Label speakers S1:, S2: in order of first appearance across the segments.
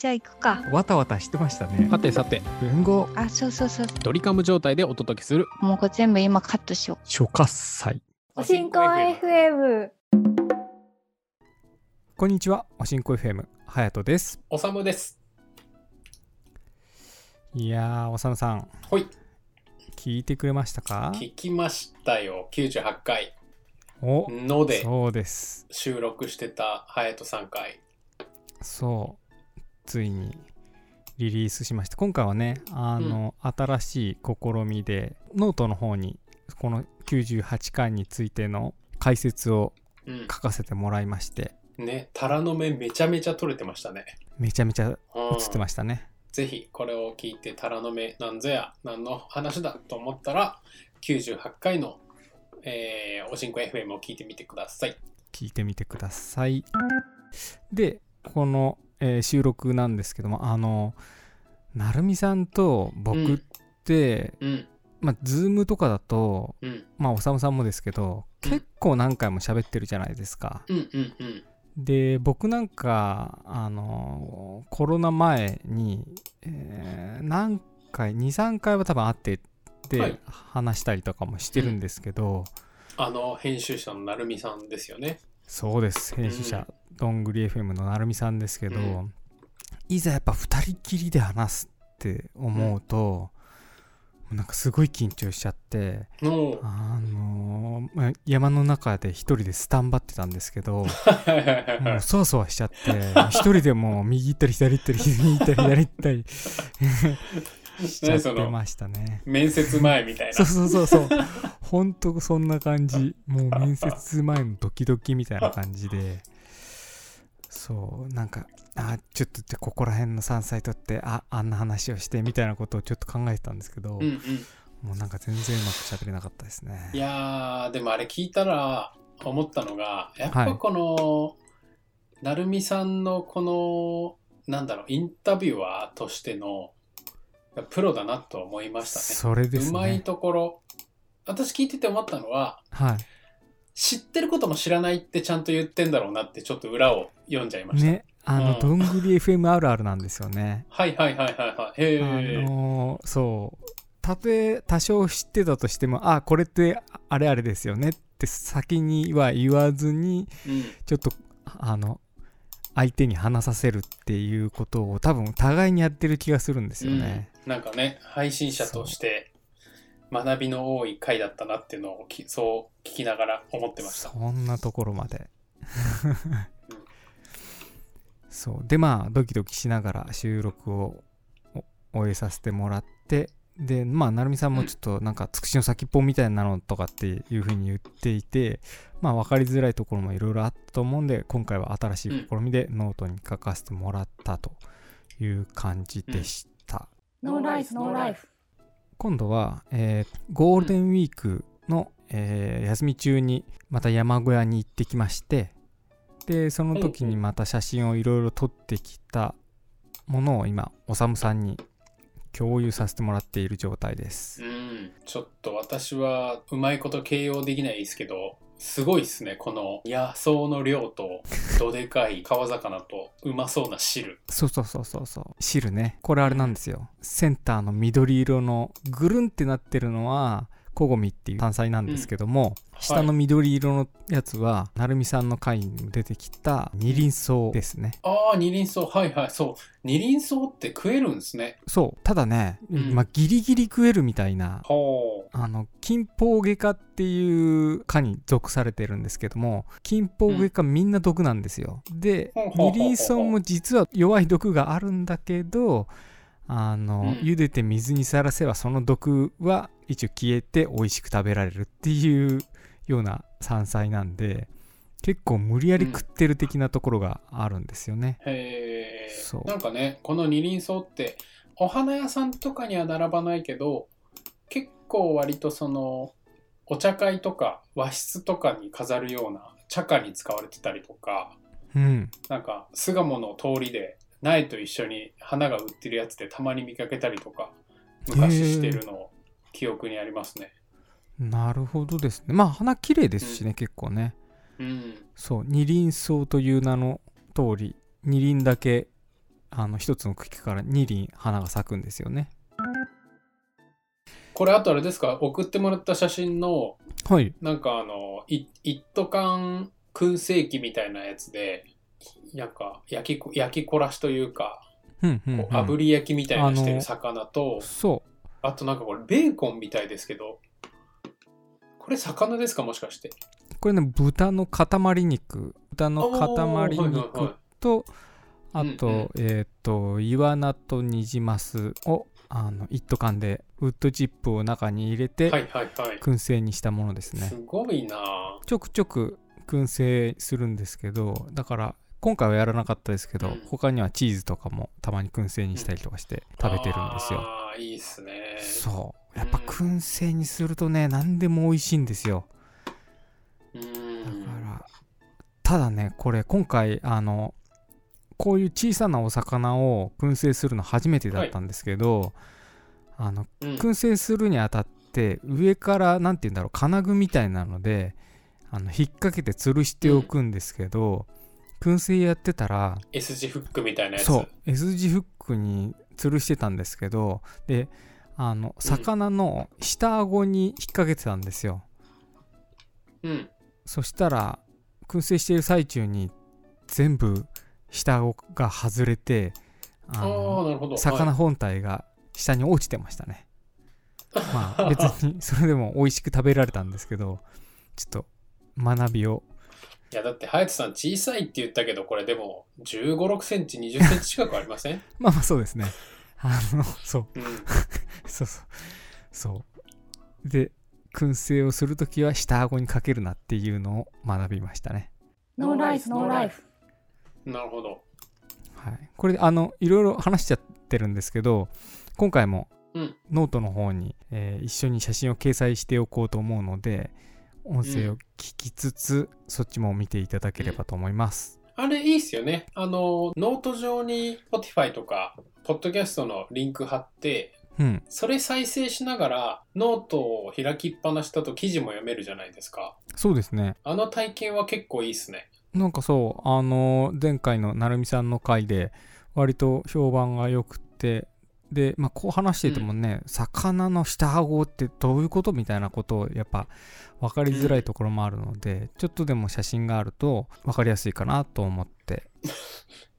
S1: じゃあ行くか。
S2: わたわたしてましたね。
S3: さてさて、
S2: 文豪、
S1: あ、そうそうそう。
S3: ドリカム状態でお届けする。
S1: もうこれ全部今カットしよ
S2: 初喝祭。
S4: おしんこ FM。
S2: こんにちは、おしんこ FM、はやとです。
S3: おさむです。
S2: いやー、おさむさん、
S3: ほい、
S2: 聞いてくれましたか
S3: 聞きましたよ。98回
S2: お、
S3: ので
S2: そうです。
S3: 収録してた隼人さん回。
S2: そう、ついにリリースしました。今回はね、あの、新しい試みで、ノートの方に、この98巻についての解説を
S3: うん。
S2: 書かせてもらいまして、
S3: ね、タラの芽めちゃめちゃ取れてましたね。
S2: めちゃめちゃ映
S3: うん
S2: ってましたね。
S3: ぜひこれを聞いてタラの芽なんぞや何の話だと思ったら98回の、えーおしんこ FM を聞いてみてください。
S2: 聞いてみてください。で、この、えー収録なんですけども、あの、なるみさんと僕って、
S3: うん
S2: まあ、ズームとかだと、
S3: うん
S2: まあ、おさむさんもですけど、
S3: うん
S2: 結構何回も喋ってるじゃないですか。
S3: うんうんうん
S2: で、僕なんか、あの、コロナ前に、えー何回、2、3回は多分会ってて、
S3: はい
S2: 話したりとかもしてるんですけど、
S3: あの編集者のなるみさんですよね。
S2: そうです編集者、どんぐり FM のなるみさんですけど、
S3: うん
S2: いざやっぱ2人きりで話すって思うと、なんかすごい緊張しちゃって
S3: の
S2: あのーまあ山の中で1人でスタンバってたんですけどもうそわそわしちゃって1人でもう右行ったり左行ったり右行ったり左行ったりしちゃってましたね。
S3: 面接前みたい
S2: そうそうそうそう ほんとそんな感じもう面接前のドキドキみたいな感じでそうなんかあちょっとじゃあここら辺の山菜取ってああんな話をしてみたいなことをちょっと考えてたんですけど、
S3: な。うんうん、
S2: もうなんか全然うまく喋れなかったですね
S3: いやーでもあれ聞いたら思ったのがやっ
S2: は
S3: ぱ
S2: い
S3: この、なるみさんのこのなんだろうインタビュアーとしてのプロだなと思いましたね。
S2: それです
S3: うまい
S2: ね
S3: ところ私聞いてて思ったのは
S2: はい
S3: 知ってることも知らないってちゃんと言ってんだろうなってちょっと裏を読んじゃいました、
S2: ねあの、
S3: うん
S2: どんぐり FM あるあるなんですよね
S3: はいはいはいはいはいへ
S2: あ
S3: え、
S2: のーそうたとえ多少知ってたとしてもあこれってあれあれですよねって先には言わずに
S3: うん、
S2: ちょっとあの相手に話させるっていうことを多分互いにやってる気がするんですよね。
S3: うんなんかね配信者として学びの多い回だったなっていうのをきそう聞きながら思ってました
S2: そんなところまで。 そうでまあドキドキしながら収録をお終えさせてもらってでまあ成美さんもちょっとなんかつくしの先っぽみたいなのとかっていうふうに言っていてまあ分かりづらいところもいろいろあったと思うんで今回は新しい試みでノートに書かせてもらったという感じでした。
S4: ノーライフ、ノーライフ。
S2: 今度は、えーゴールデンウィークの、えー休み中にまた山小屋に行ってきましてでその時にまた写真をいろいろ撮ってきたものを今おさむさんに共有させてもらっている状態です
S3: うんちょっと私はうまいこと形容できないですけどすごいですねこの野草の量とどでかい川魚とうまそうな汁
S2: そうそうそうそうそう汁ねこれあれなんですよセンターの緑色のぐるんってなってるのはコゴミっていう山菜なんですけども、
S3: はい
S2: 下の緑色のやつは、成美なるみさんの回にも出てきた二輪草ですね
S3: ああ二輪草はいはいそう二輪草って食えるんですね
S2: そうただね、
S3: うん
S2: まあ、ギリギリ食えるみたいな
S3: ほう
S2: あの金峰外科っていう科に属されてるんですけども金峰外科みんな毒なんですよ、で
S3: ほうほうほうほう
S2: 二輪草も実は弱い毒があるんだけどあの、
S3: うん
S2: 茹でて水にさらせばその毒は一応消えて美味しく食べられるっていうような山菜なんで結構無理やり食ってる的なところがあるんですよね、
S3: へ
S2: そう
S3: えなんかねこの二輪草ってお花屋さんとかには並ばないけど結構割とそのお茶会とか和室とかに飾るような茶花に使われてたりとか
S2: うん
S3: なんか巣鴨の通りで苗と一緒に花が売ってるやつでたまに見かけたりとか昔してるのを記憶にありますね。
S2: なるほどですねまあ花綺麗ですしね、結構ね
S3: うん、
S2: そう二輪草という名の通り二輪だけあの一つの茎から2輪花が咲くんですよね
S3: これあとあれですか送ってもらった写真の
S2: はい
S3: なんかあのい一斗缶燻製機みたいなやつでなんか焼きこ焼きこらしというか
S2: うんうん、うん、
S3: こう炙り焼きみたいなして
S2: あ
S3: る
S2: の
S3: 魚と、
S2: そ
S3: あとなんかこれベーコンみたいですけどこれ魚ですかもしかして
S2: うこれね豚の塊肉豚の塊
S3: おーはいはいは
S2: 肉
S3: い
S2: とあと、
S3: うんうん
S2: えっ、とイワナとニジマスをあの一斗缶でウッドチップを中に入れて、
S3: はいはいはい
S2: 燻製にしたものですね
S3: すごいなあ
S2: ちょくちょく燻製するんですけどだから今回はやらなかったですけど、
S3: うん
S2: 他にはチーズとかもたまに燻製にしたりとかして食べてるんですよ、
S3: あーいいっすね
S2: そうやっぱ燻製にするとね何でも美味しいんですよ
S3: う
S2: だ
S3: ん
S2: からただねこれ今回あのこういう小さなお魚を燻製するの初めてだったんですけど、あの
S3: うん
S2: 燻製するにあたって上から何て言うんだろう金具みたいなのであの引っ掛けて吊るしておくんですけど、燻製やってたら
S3: S 字フックみたいなやつ
S2: そう S 字フックに吊るしてたんですけどであの魚の下顎に引っ掛けてたんですよ、
S3: うん
S2: そしたら燻製している最中に全部下顎が外れてあ
S3: ああ
S2: の
S3: ーなるほど
S2: 魚
S3: はい
S2: 本体が下に落ちてましたね、まあ別にそれでも美味しく食べられたんですけどちょっと学びを
S3: いやだってハヤトさん小さいって言ったけどこれでも1 5 6センチ2 0センチ近くありません、
S2: まあまあそうですねあのそう
S3: うん、
S2: そうそうそうで燻製をするときは下顎にかけるなっていうのを学びましたね
S4: ノーライフノーライフ
S3: なるほど
S2: はい、これであのいろいろ話しちゃってるんですけど今回も
S3: うん
S2: ノートの方に、えー一緒に写真を掲載しておこうと思うので音声を聞きつつ、そっちも見ていただければと思います、
S3: あれいいっすよね。あの、ノート上に Spotify とか、ポッドキャストのリンク貼って、
S2: うん、
S3: それ再生しながら、ノートを開きっぱなしだと記事も読めるじゃないですか。
S2: そうですね
S3: あの体験は結構いいっすね。
S2: なんかそうあの前回の成美さんの回で割と評判が良くてで、まあ、こう話しててもね、魚の下顎ってどういうことみたいなことをやっぱ分かりづらいところもあるので、ちょっとでも写真があると分かりやすいかなと思って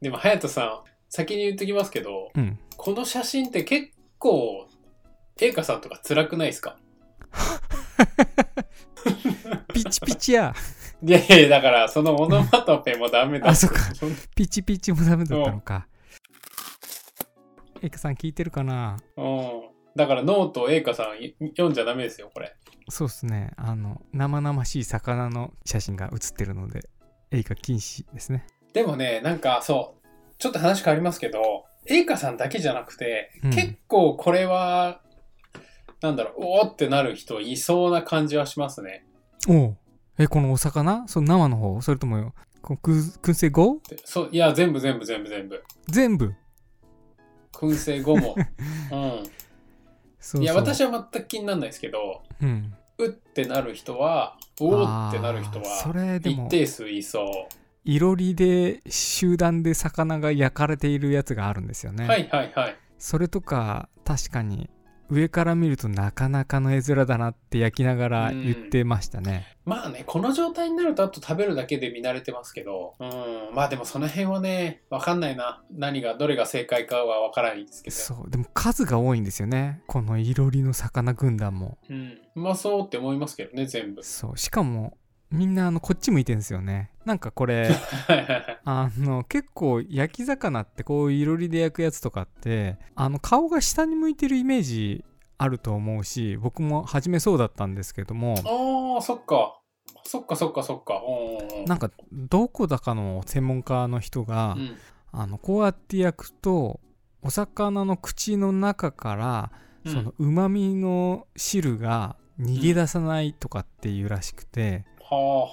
S3: でも、隼人さん、先に言っときますけど、
S2: うん
S3: この写真って結構、栄華さんとか辛くないですか
S2: ピチピチや
S3: いやいやいや、だから、そのオノマトペもダメだ
S2: あそっか
S3: そん
S2: ピチピチもダメだったのかエイカさん聞いてるかな
S3: うん。だから、ノート栄華さんい読んじゃダメですよ、これ。
S2: そうっすねあの生々しい魚の写真が写ってるのでエイカ禁止ですね
S3: でもねなんかそうちょっと話変わりますけど栄華さんだけじゃなくて、
S2: うん
S3: 結構これはなんだろうおーってなる人いそうな感じはしますね
S2: おうえこのお魚その生の方それともよこの燻燻製後
S3: でそういや全部全部全部全部
S2: 全部
S3: 燻製 後も、う
S2: そ
S3: ん、いや私
S2: は
S3: は全く気にならないですけど
S2: うん
S3: うってなる人はおーってなる人
S2: あーそ
S3: は
S2: れで
S3: 一
S2: も
S3: 定数いそ
S2: いろりで集団で魚が焼かれているやつがあるんですよ
S3: う、
S2: ね、
S3: はいはいはい
S2: それとか確かに上から見るとなかなかの絵面だなって焼きながら言ってましたね、
S3: まあねこの状態になるとあと食べるだけで見慣れてますけどうんまあでもその辺はね分かんないな何がどれが正解かは分からないんですけど
S2: そうでも数が多いんですよねこのいろりの魚軍団も
S3: うん、うまそうって思いますけどね全 部
S2: そうしかもみんなあのこっち向いてるんですよねなんかこ れあの結構焼き魚ってこういろりで焼くやつとかってあの顔が下に向いてるイメージあると思うし僕も始めそうだったんですけども
S3: ああそっかそっかそっかそっかうん
S2: なんかどこだかの専門家の人が、
S3: うん
S2: あのこうやって焼くとお魚の口の中から
S3: うん
S2: そのうまみの汁が逃げ出さないとかっていうらしくて。
S3: はあはあは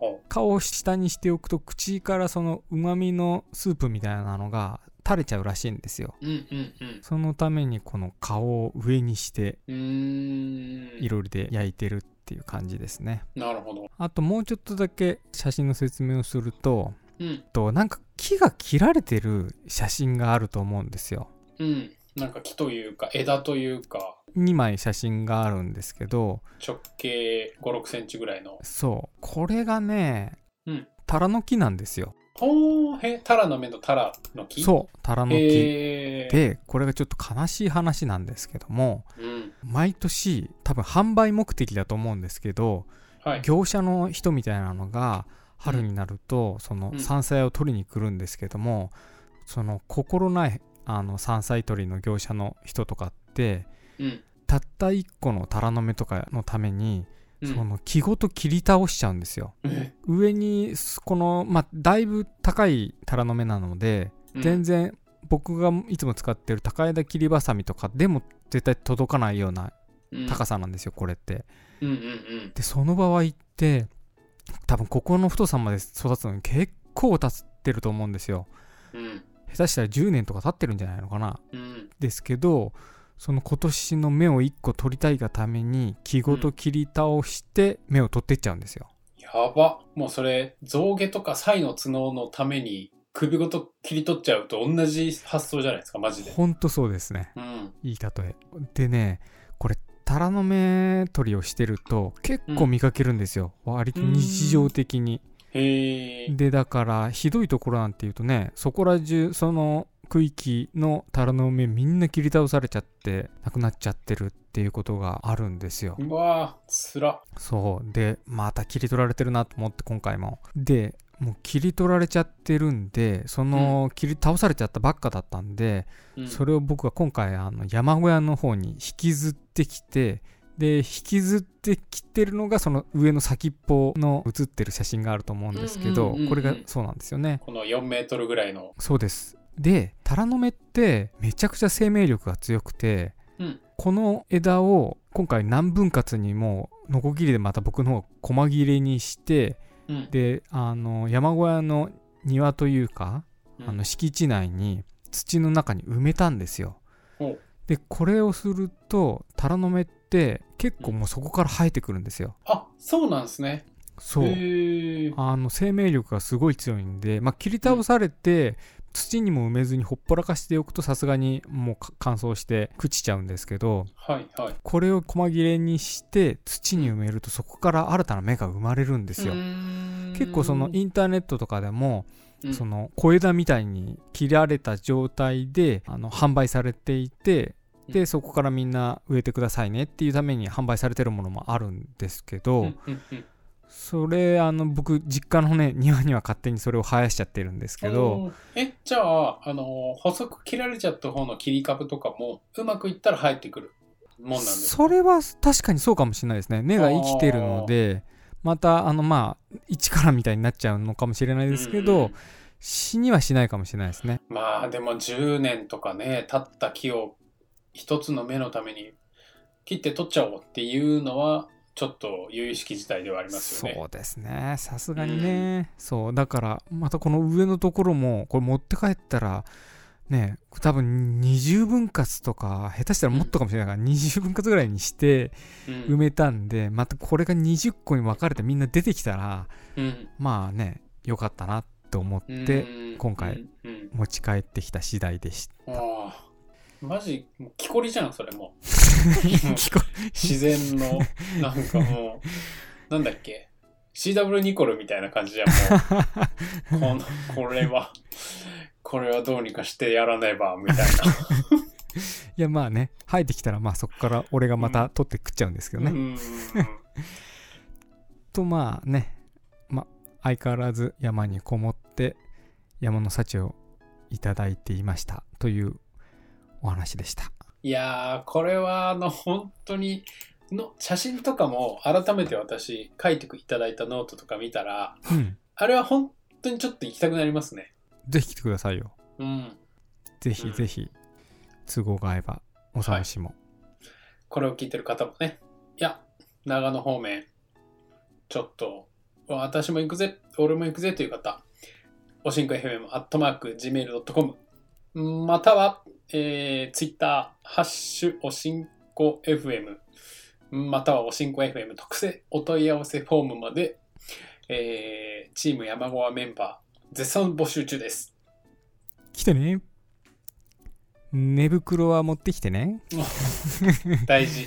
S3: あは
S2: 顔を下にしておくと口からそのうまみのスープみたいなのが垂れちゃうらしいんですよ
S3: あうんうんうん
S2: そのためにこの顔を上にして
S3: うーん
S2: いろりで焼いてるっていう感じですね
S3: なるほど
S2: あともうちょっとだけ写真の説明をすると
S3: うん
S2: となんか木が切られてる写真があると思うんですよ。
S3: うん。なんか木というか枝というか
S2: 2枚写真があるんですけど
S3: 直径5、6センチぐらいの。
S2: そうこれがね、
S3: うん
S2: タラの木なんですよ。
S3: ほーへ、タラの芽のタラの木う。
S2: そうタラの木。
S3: へー。
S2: でこれがちょっと悲しい話なんですけども
S3: うん。
S2: 毎年多分販売目的だと思うんですけど
S3: はい。
S2: 業者の人みたいなのが春になるとその
S3: うん
S2: 山菜を取りに来るんですけども、その心ないあの山菜採りの業者の人とかって
S3: うん。
S2: たった1個のタラの芽とかのために、
S3: うん
S2: その木ごと切り倒しちゃうんですよ。
S3: え
S2: 上にすこのまあだいぶ高いタラの芽なので、
S3: うん
S2: 全然僕がいつも使ってる高枝切りばさみとかでも絶対届かないような高さなんですよ、これって。
S3: うんうんうん
S2: でその場合って多分ここの太さまで育つのに結構経ってると思うんですよ
S3: うん
S2: 下手したら10年とか経ってるんじゃないのかな
S3: うん
S2: ですけどその今年の芽を1個取りたいがために木ごと切り倒して芽を取ってっちゃうんですよ、
S3: やばもうそれ象牙とかサイの角のために首ごと切り取っちゃうと同じ発想じゃないですかマジで
S2: ほんとそうですね
S3: うん
S2: いい例えでねこれタラの芽取りをしてると結構見かけるんですよ、割と日常的に
S3: へえ
S2: でだからひどいところなんていうとねそこら中その区域のタラの芽みんな切り倒されちゃってなくなっちゃってるっていうことがあるんですよ。
S3: うわーつら
S2: そうでまた切り取られてるなと思って今回も。でもう切り取られちゃってるんでその切り倒されちゃったばっかだったんで、
S3: うん
S2: それを僕は今回あの山小屋の方に引きずってきて。で引きずってきてるのがその上の先っぽの写ってる写真があると思うんですけ
S3: うん
S2: ど
S3: うんうんうん
S2: これがそうなんですよね。
S3: この4メートルぐらいの
S2: そうですでタラの芽ってめちゃくちゃ生命力が強くて、
S3: うん
S2: この枝を今回何分割にもうノコギリでまた僕の方細切れにして
S3: うん
S2: であの山小屋の庭というか、
S3: うん
S2: あの敷地内に土の中に埋めたんですよ
S3: ほう
S2: でこれをするとタラの芽って結構もうそこから生えてくるんですよ
S3: あそうなんですね
S2: そう
S3: へー
S2: あの生命力がすごい強いんで、まあ、切り倒されて、土にも埋めずにほっぽらかしておくとさすがにもうか乾燥して朽ちちゃうんですけど
S3: はいはい
S2: これを細切れにして土に埋めるとそこから新たな芽が生まれるんですよ。結
S3: 結
S2: 構そのインターネットとかでもそ
S3: の
S2: の小枝みたいに切られた状態であの販売されていて
S3: う
S2: で
S3: ん
S2: そこからみんな植えてくださいねっていうために販売されてるものもあるんですけど、
S3: うんうんうん
S2: それあの僕実家のね庭には勝手にそれを生やしちゃってるんですけど
S3: おーえじゃああのー細く切られちゃった方の切り株とかもうまくいったら生えてくるもんなんですか
S2: それは確かにそうかもしれないですね根が生きてるのでまたあのまあ一からみたいになっちゃうのかもしれないですけ
S3: うんう
S2: ど、
S3: ん
S2: 死にはしないかもしれないですね
S3: まあでも10年とかね経った木を一つの芽のために切って取っちゃおうっていうのはちょっと由々しき事態ではありますよね。
S2: そうですねさすがにね、そうだからまたこの上のところもこれ持って帰ったらね多分20分割とか下手したらもっとかもしれないから、20分割ぐらいにして
S3: うん
S2: 埋めたんでまたこれが20個に分かれてみんな出てきたら
S3: うん
S2: まあね良かったなと思って、
S3: うん
S2: 今回
S3: うんうん
S2: 持ち帰ってきた次第で した
S3: あーマジもう木こりじゃんそれもう
S2: 聞こ
S3: 自然のなんかもうなんだっけ CW ニコルみたいな感じじゃんもう。このこれはこれはどうにかしてやらねばみたい
S2: いやまあね生えてきたらまあそこから俺がまた取って食っちゃうんですけど
S3: な。
S2: ね、
S3: うん
S2: とまあねま相変わらず山にこもって山の幸をいただいていましたというお話でした
S3: いやーこれはあの本当にの写真とかも改めて私書いていただいたノートとか見たら
S2: うん
S3: あれは本当にちょっと行きたくなりますね。
S2: ぜひ来てくださいよ
S3: うん、
S2: ぜひぜひ都合が合えばお探しも、
S3: これを聞いてる方もねいや長野方面ちょっと私も行くぜ俺も行くぜという方おしんこ FM アットマーク Gmail.com または、えー、Twitter ハッシュおしんこ FM またはおしんこ FM 特製お問い合わせフォームまで、えーチーム山小屋メンバー絶賛募集中です。
S2: 来てね寝袋は持ってきてね
S3: 大事。